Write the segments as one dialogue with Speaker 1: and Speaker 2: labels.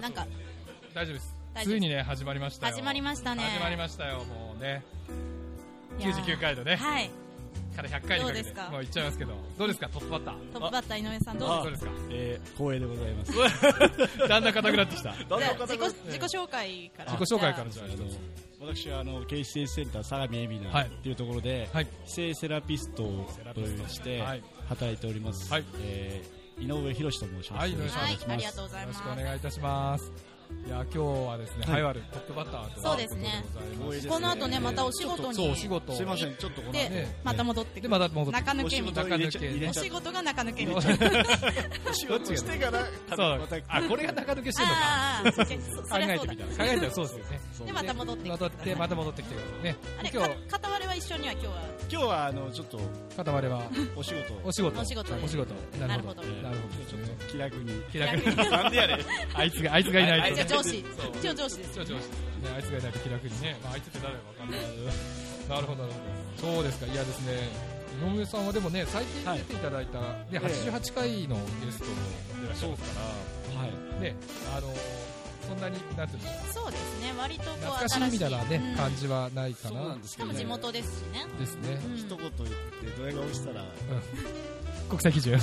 Speaker 1: なんか
Speaker 2: 大丈夫です
Speaker 1: 大丈夫です
Speaker 2: ついにね始まりましたよ
Speaker 1: 始まりましたね
Speaker 2: 始まりましたよもうね
Speaker 1: いやー
Speaker 2: 99回のね
Speaker 1: はい
Speaker 2: から100回にかけ
Speaker 1: どうです
Speaker 2: て
Speaker 1: か
Speaker 2: もういっちゃいますけどどうですかトップバッター
Speaker 1: トップバッター井上さんどう
Speaker 2: ど
Speaker 1: ぞ
Speaker 2: うですか
Speaker 3: えー、光栄でござい ます。
Speaker 2: だんだん硬くなってきた
Speaker 1: じゃあ自己自己紹介から
Speaker 2: 自己紹介から
Speaker 1: じ
Speaker 2: じゃあ
Speaker 3: あの私はあの警視政治センター相模海老名
Speaker 2: はい
Speaker 3: っていうところで、
Speaker 2: はい
Speaker 3: 非正セラピストとして
Speaker 2: はい
Speaker 3: 働いております、
Speaker 2: はい
Speaker 3: えー井上博と申します、
Speaker 2: はい
Speaker 3: よろしくお願
Speaker 1: はい
Speaker 3: いし
Speaker 1: あ
Speaker 3: ま
Speaker 1: りが
Speaker 3: す
Speaker 1: とうござ
Speaker 2: よ
Speaker 1: い
Speaker 2: ろ
Speaker 1: ま
Speaker 2: し
Speaker 1: す
Speaker 2: くお願いいたしますいやー今日はですね
Speaker 3: はい
Speaker 2: ハイワルトップバッターと
Speaker 1: そうですね
Speaker 2: ございまして
Speaker 3: 光栄です
Speaker 1: この後ねまたお仕事に
Speaker 2: そうお仕事
Speaker 3: すいませんちょっとこの
Speaker 1: で、
Speaker 2: ね
Speaker 1: また戻ってく
Speaker 2: で
Speaker 1: る、
Speaker 2: また戻って
Speaker 1: 中抜
Speaker 3: お
Speaker 1: け
Speaker 3: 仕
Speaker 1: み
Speaker 3: 事
Speaker 1: たい
Speaker 3: を入れちゃ
Speaker 2: 中抜け
Speaker 3: 入
Speaker 1: なお
Speaker 3: れちゃっ
Speaker 1: 仕事が中抜けみ
Speaker 2: そ
Speaker 1: たいな
Speaker 2: う
Speaker 3: たお仕事してから多分また
Speaker 2: あこれが中抜けしてるのか
Speaker 1: あーあーあーそそ
Speaker 2: 考
Speaker 1: りゃ
Speaker 2: え
Speaker 1: そう
Speaker 2: て
Speaker 1: だ
Speaker 2: みたら考えたらそうですよね
Speaker 1: でまた戻ってきてく
Speaker 2: 戻
Speaker 1: だ
Speaker 2: っ
Speaker 1: さい
Speaker 2: てまた戻ってきてくださいね
Speaker 1: あれ
Speaker 2: 今
Speaker 1: か
Speaker 2: 日
Speaker 1: 片割れは一緒には今日は
Speaker 3: 今日はあのちょっと
Speaker 2: 片割れは
Speaker 3: お仕事
Speaker 2: お仕事
Speaker 1: お仕事で
Speaker 2: お仕事なるほ
Speaker 1: な
Speaker 2: ど
Speaker 1: る
Speaker 3: ほど
Speaker 2: なるほどで
Speaker 3: ち
Speaker 2: す
Speaker 3: ょ
Speaker 2: ね
Speaker 3: っと気楽 に
Speaker 2: 気楽に
Speaker 1: 気楽
Speaker 3: なんでやれ
Speaker 2: あいつがあいつがいないと
Speaker 1: じゃ
Speaker 2: ね
Speaker 1: あ上司
Speaker 2: そう
Speaker 1: 一応上司です
Speaker 2: ちょちょねあいつがいないと気楽にねまああいつって誰だかわかんない なるほどなるほどそうですかいやですね井上さんはでもね最近出ていただいたね
Speaker 3: ええ
Speaker 2: 88回のゲストでいらっしゃいますか
Speaker 3: はい
Speaker 2: らねあのそんなになんていうんでしょう
Speaker 1: そうですね割とこう
Speaker 2: 懐かしいみたいなね
Speaker 1: 新しいうん
Speaker 2: 感じはないか
Speaker 3: そう
Speaker 2: な
Speaker 3: なんです
Speaker 1: し
Speaker 3: け
Speaker 1: か
Speaker 3: ど、
Speaker 1: も地元ですしね、
Speaker 2: ですね
Speaker 1: うん
Speaker 3: 一言言ってドヤ顔したら
Speaker 2: 国際基準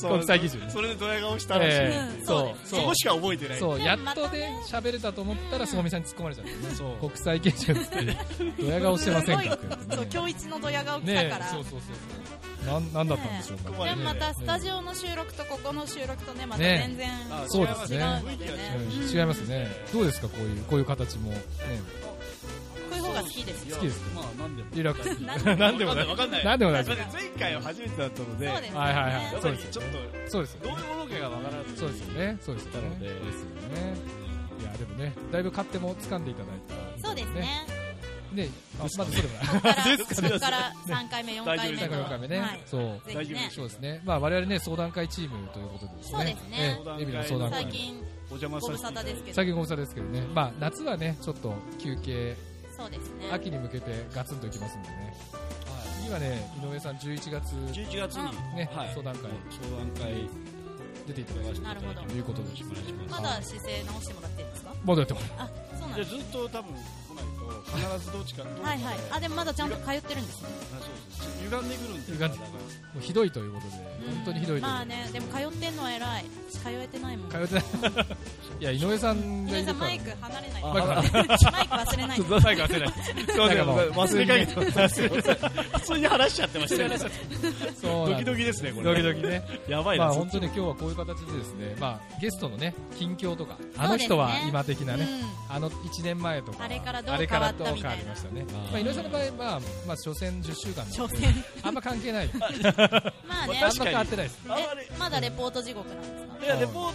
Speaker 2: 国際基準ね
Speaker 3: それでドヤ顔したらしい、
Speaker 2: ええ
Speaker 1: そうです
Speaker 3: そ
Speaker 2: そう
Speaker 3: こしか覚えてな い
Speaker 2: そう
Speaker 1: ね
Speaker 2: やっとね喋れたと思ったらすごみさんに突っ込まれちゃったね
Speaker 3: そう
Speaker 2: 国際基準って ドヤ顔してませんかってやつ
Speaker 1: そう
Speaker 2: ね
Speaker 1: 今日一のドヤ顔来た
Speaker 2: ね
Speaker 1: から、
Speaker 2: そうそうそうそうなんなんだったんでしょうか
Speaker 3: ね
Speaker 1: で
Speaker 2: ね
Speaker 1: またスタ
Speaker 2: ね
Speaker 1: ジオの収録とここの収録とねまた
Speaker 2: ね
Speaker 1: 全然、
Speaker 3: あ
Speaker 2: そうですね
Speaker 3: 違いますね雰囲気が
Speaker 1: うん
Speaker 3: 違う
Speaker 2: うん違いますねどうですかこういうこういう形もね
Speaker 1: こういう方が好きですよ
Speaker 2: 好きです
Speaker 3: まあなんで
Speaker 2: リラック
Speaker 1: なん
Speaker 2: スなんでもない
Speaker 3: わかんない
Speaker 2: なんでもな
Speaker 3: だ
Speaker 2: い
Speaker 3: って前回は初めてだったので
Speaker 1: そうですね
Speaker 2: はいはいはい
Speaker 3: やっぱりちょっと
Speaker 2: そうですよ
Speaker 3: どういうものかがわからず
Speaker 2: そうですよねそうですよ
Speaker 3: なので
Speaker 2: ねですよねいやでもねだいぶ買っても掴んでいただいた
Speaker 1: そうですね
Speaker 2: ねあまだそう でもない
Speaker 1: ここから
Speaker 3: です
Speaker 1: こ
Speaker 3: かね
Speaker 1: こから3回目4回目
Speaker 2: 最
Speaker 1: と
Speaker 2: 後の回目ね
Speaker 1: はい
Speaker 2: そう
Speaker 1: ぜひね
Speaker 3: 大丈夫
Speaker 2: そうですね、まあ、我々ね、相談会チームということでですね、
Speaker 1: そうですね
Speaker 2: ええエビの相談
Speaker 1: 最
Speaker 2: 会、
Speaker 1: 近
Speaker 3: お邪魔
Speaker 1: ご
Speaker 3: さ
Speaker 1: 無
Speaker 3: せ
Speaker 1: 沙
Speaker 3: ていた
Speaker 1: 汰
Speaker 3: だ
Speaker 1: で
Speaker 3: いて
Speaker 1: すけど
Speaker 2: 最近ご無沙汰ですけどね、まあ、夏はね、ちょっと休憩、
Speaker 1: そうですね
Speaker 2: 秋に向けてガツンといきますんでね、次はね、井上さん、11月、
Speaker 3: 11月に
Speaker 2: ね相談会
Speaker 3: 相談会
Speaker 2: 出ていただきまし
Speaker 1: なるほど
Speaker 2: ということで
Speaker 3: よろしくお願いし
Speaker 1: ま
Speaker 3: ます
Speaker 1: だ姿勢直してもらっていいですか
Speaker 2: た、戻ってもら
Speaker 1: あそうなん
Speaker 3: じ
Speaker 1: で
Speaker 3: ゃあ
Speaker 1: す
Speaker 3: ずっと多分来ないと必ずどっちかどっかで
Speaker 1: はいはいあでもまだちゃんと通ってるんですね
Speaker 3: あそうです歪んでくるんで
Speaker 2: 歪んでくるうひどいということで、本当にひどいという
Speaker 1: まあねでも通ってんのは偉い私通えてないもん
Speaker 2: 通ってない、 いや、井上さんが
Speaker 1: 皆
Speaker 2: いる
Speaker 1: さ
Speaker 2: か
Speaker 1: ん
Speaker 2: ら、
Speaker 1: マイク離れない
Speaker 2: マイク
Speaker 1: マ
Speaker 2: が
Speaker 1: イク忘れ ない
Speaker 3: 最後忘れないすいません忘れかけて普通に話しちゃってましたね
Speaker 2: そう
Speaker 3: ド
Speaker 2: なんで
Speaker 3: キド
Speaker 2: す
Speaker 3: キですねこ
Speaker 2: ド
Speaker 3: れ
Speaker 2: キドキね。
Speaker 3: やばい
Speaker 2: まあ
Speaker 3: な
Speaker 2: 本当に今日はこういう形でですね、まあゲストのね、近況とか、あの人は今的なね、あの1年前とか、
Speaker 1: あれからどう
Speaker 2: あれからどう
Speaker 1: 変わったみ
Speaker 2: 変
Speaker 1: たいな
Speaker 2: わりましたね。
Speaker 3: あー
Speaker 2: まあ、井上さんの場合、まあ、まあ、初戦10週間なんで
Speaker 1: 挑戦
Speaker 2: あんま関 係ない。あん
Speaker 1: まあね
Speaker 3: 確
Speaker 2: ま
Speaker 3: かに
Speaker 2: 変わってないです。
Speaker 3: あんま
Speaker 1: えまだレポート地獄なんですか
Speaker 3: りいやレポー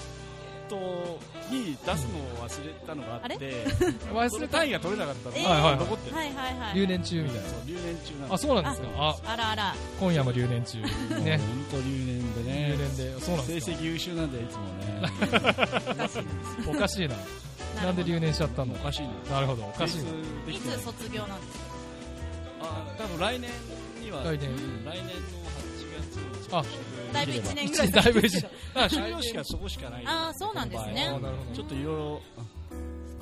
Speaker 3: トに出すのを忘れたのがあって
Speaker 2: 忘
Speaker 3: そ
Speaker 2: れ
Speaker 3: れ
Speaker 2: た
Speaker 3: 単位が取れなかったの
Speaker 1: え
Speaker 3: で
Speaker 1: ーはいはいはい
Speaker 3: 残ってる
Speaker 1: はいはいはい
Speaker 2: 留年中みたい
Speaker 3: そう留年中なん
Speaker 2: な。あ、そうなんですか。あ、
Speaker 1: あらあら
Speaker 2: 今夜も留年中。ね。
Speaker 3: 本当留年で
Speaker 2: 留
Speaker 3: ね
Speaker 2: 年で、そうなん
Speaker 3: 成
Speaker 2: ですか。
Speaker 3: 績優秀なんでいつもね
Speaker 2: おかしいな。なんで留年しちゃったの
Speaker 3: おかしいな
Speaker 2: なるほど、おかしいな。
Speaker 3: で
Speaker 1: い
Speaker 3: きてない
Speaker 1: つ卒業なんですか
Speaker 3: あ多分来年には
Speaker 2: 来年
Speaker 3: うん来年の8月の
Speaker 2: あ
Speaker 1: だいぶ1年ぐらい
Speaker 2: だいぶ一年
Speaker 3: あ修了式はそこしかない
Speaker 1: ああそうなんです
Speaker 2: あ
Speaker 1: ね
Speaker 2: ーなるほど。
Speaker 3: ちょっといろいろ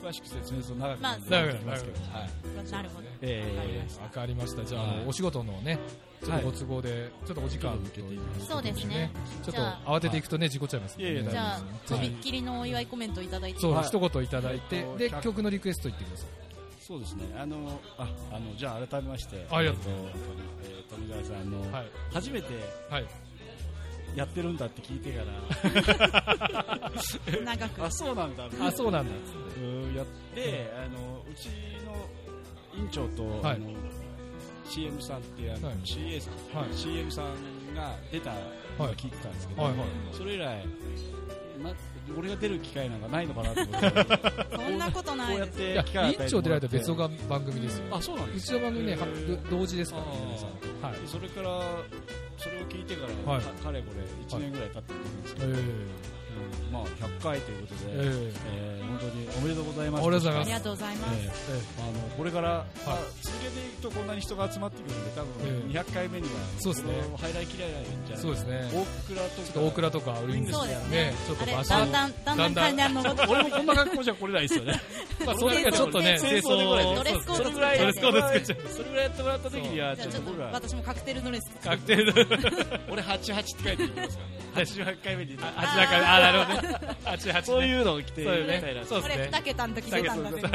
Speaker 3: あ詳しく説明すると長く
Speaker 1: ま
Speaker 3: な
Speaker 1: あ
Speaker 3: るんでやめときますけど
Speaker 2: 長く
Speaker 3: はい
Speaker 1: なるほど
Speaker 3: え
Speaker 2: わかりました。じゃあ、
Speaker 3: はい
Speaker 2: あのお仕事のね、ちょっとご都合で、ちょっとお時間
Speaker 3: ちょっと受けていただいて
Speaker 1: そうですね
Speaker 2: ちょっ
Speaker 1: じゃあ
Speaker 2: と慌てていくとね、事故っちゃいますからね。
Speaker 3: いやいや
Speaker 1: じゃあ
Speaker 2: ぜ
Speaker 1: と
Speaker 2: ひ
Speaker 1: びっきりのお祝いコメントいただいて
Speaker 2: そう、
Speaker 3: はい
Speaker 2: 一言いただいて、
Speaker 3: え
Speaker 2: で
Speaker 3: っと、
Speaker 2: 曲のリクエスト言ってください。
Speaker 3: ーそうですねあのああのじゃあ改めまして
Speaker 2: ありがとうござい
Speaker 3: えーと富澤さんあの
Speaker 2: はい。
Speaker 3: 初めて
Speaker 2: はい。
Speaker 3: やってるんだって聞いてから
Speaker 1: 長く
Speaker 3: あそうなんだ
Speaker 2: あ、そうなんだ。
Speaker 3: うんやってあのうちの院長と、
Speaker 2: はい
Speaker 3: あの CM さんっていうあの、
Speaker 2: はい
Speaker 3: CA さん、
Speaker 2: はい
Speaker 3: CM さんが出たの
Speaker 2: はい
Speaker 3: を聞いてたんですけど、
Speaker 2: はいはい
Speaker 3: それ以来な俺が出る機会なんかないのかなと思 ってこ
Speaker 1: そんなことな
Speaker 3: う
Speaker 1: い
Speaker 3: やっ
Speaker 1: です
Speaker 2: い
Speaker 3: て
Speaker 2: や
Speaker 3: 機会を与、え
Speaker 2: 委
Speaker 3: てもらって
Speaker 2: 員長出られた別の番組ですよ。
Speaker 3: あそうなんで
Speaker 2: う
Speaker 3: す
Speaker 2: ちの番組ね、は同時ですから、
Speaker 3: あー
Speaker 2: 皆さん。はい
Speaker 3: で。それからそれを聞いてから、
Speaker 2: はい
Speaker 3: かかれこれ1年ぐらい経ってるんですけ
Speaker 2: え
Speaker 3: ど、うんまあ100回ということで、え
Speaker 2: え
Speaker 3: ー本当におめでとうございます。
Speaker 2: おめでとうござい
Speaker 1: あ
Speaker 2: ま
Speaker 1: り
Speaker 2: す
Speaker 1: がとうございます。
Speaker 3: え
Speaker 2: え
Speaker 3: ーあのこれから、まあ
Speaker 2: はい
Speaker 3: 続けていくとこんなに人が集まってくるんで、多
Speaker 2: え
Speaker 3: 分
Speaker 2: え
Speaker 3: 200回目には、
Speaker 2: そうですね
Speaker 3: この入らいきらないんじゃない
Speaker 2: えそうですね。
Speaker 3: 大倉とか
Speaker 2: ちょっと大倉とかウィングス
Speaker 1: そうですね
Speaker 2: ちょっ
Speaker 1: あ
Speaker 2: と
Speaker 1: れ
Speaker 2: 場所
Speaker 1: だんだんだんだん階段登って
Speaker 3: 俺もこんな格好じゃ来れないですよね。
Speaker 2: まあそれがちょっとね、
Speaker 3: 清掃で
Speaker 1: ドレスコード
Speaker 3: それぐらい、
Speaker 1: ドレ
Speaker 2: スコード作っ
Speaker 3: ちゃう。それぐらいやってもらった時には、
Speaker 1: じ
Speaker 3: ち
Speaker 1: ゃあ
Speaker 3: ょっ
Speaker 1: ちょ
Speaker 3: と
Speaker 1: っと
Speaker 3: 僕ら、
Speaker 1: 私もカクテルドレス作って
Speaker 3: 確定の。俺88って書いてる ますから。88回目に。
Speaker 2: あ88回目あ、なるほどね。88ね。
Speaker 3: そういうのを着て、
Speaker 2: そうよね。そう
Speaker 1: こ
Speaker 2: です
Speaker 1: れ
Speaker 2: ね
Speaker 1: 二。桁の時出たんだけど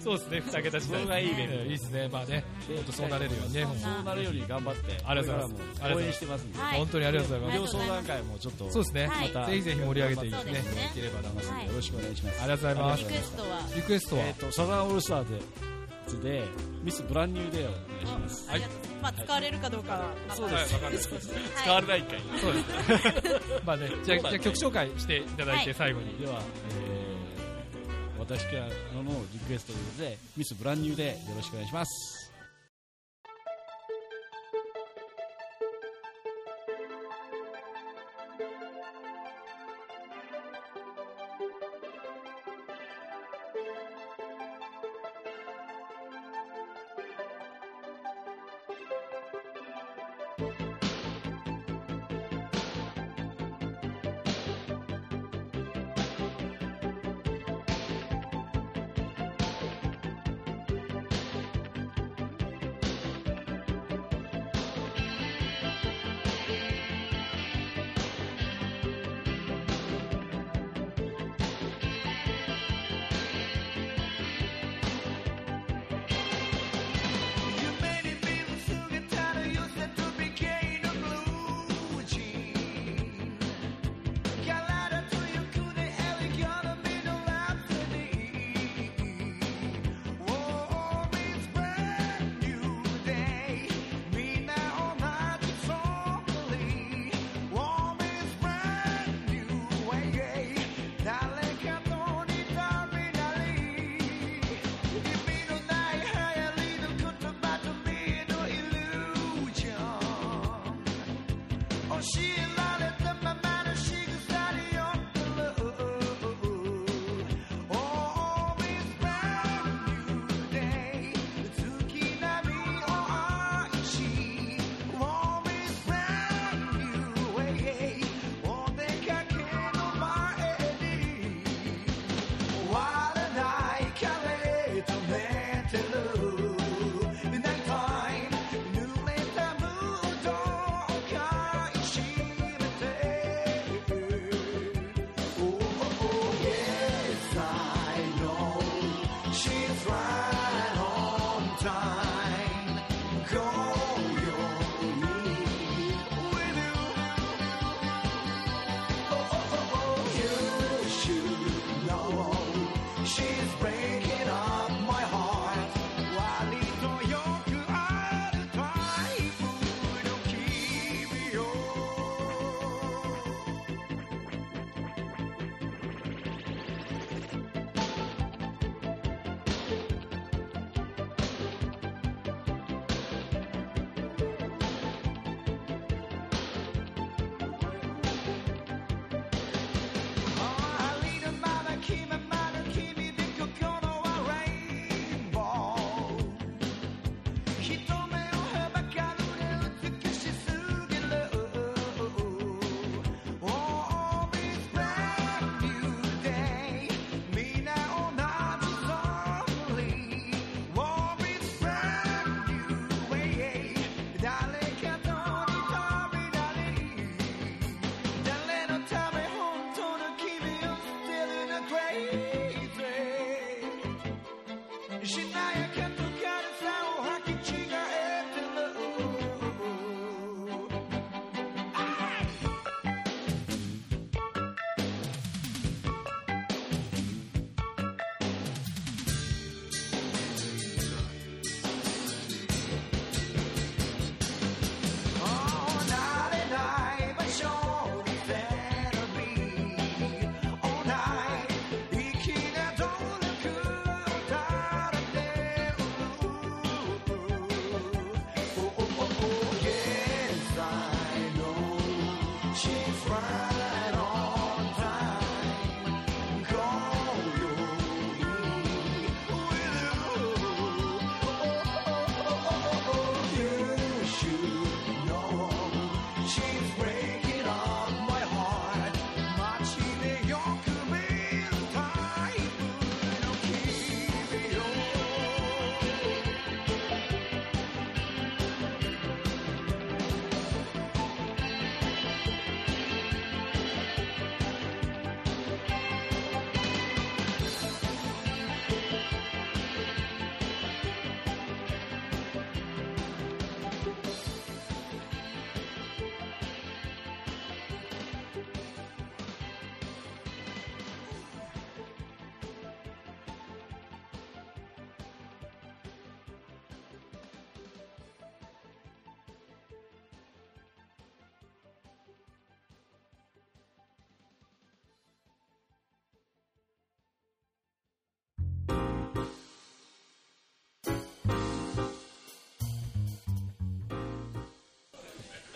Speaker 2: そうですね。二桁時代。
Speaker 3: そこがいいね
Speaker 2: ええいいですね。まあね、本当そうなれるようにね。
Speaker 1: そんな
Speaker 3: そうなるより頑張って、
Speaker 2: ありがとうございます
Speaker 3: これからも応援してますんで。
Speaker 1: はい
Speaker 2: 本当にありがとうござい
Speaker 1: は
Speaker 2: ま
Speaker 1: い
Speaker 3: 無料相談会もちょっと、
Speaker 2: す。そうですね
Speaker 1: はい。
Speaker 3: また
Speaker 2: ぜひぜひ盛り上げてい
Speaker 1: そう
Speaker 2: ね
Speaker 1: ですね
Speaker 2: いければな。
Speaker 3: 頑張ってよろしくお願いします。
Speaker 2: ありがとうございます
Speaker 1: リクエストは
Speaker 2: リクエストは
Speaker 3: えっと、サザンオールスターで、で、ミスブランニューデーをお願いします。
Speaker 1: ありがとうまあ使われるかどうかはまた
Speaker 3: そうです
Speaker 2: はいわかんない
Speaker 1: はい
Speaker 3: 使われないかい。
Speaker 2: そうですね。 まあね、じゃあ
Speaker 3: そうだ
Speaker 2: じゃ
Speaker 3: ね
Speaker 2: あ曲紹介していただい
Speaker 1: は
Speaker 2: て
Speaker 1: い
Speaker 2: 最後に。
Speaker 3: では、えー、私からのリクエストということでミスブランニューでよろしくお願いします
Speaker 4: 「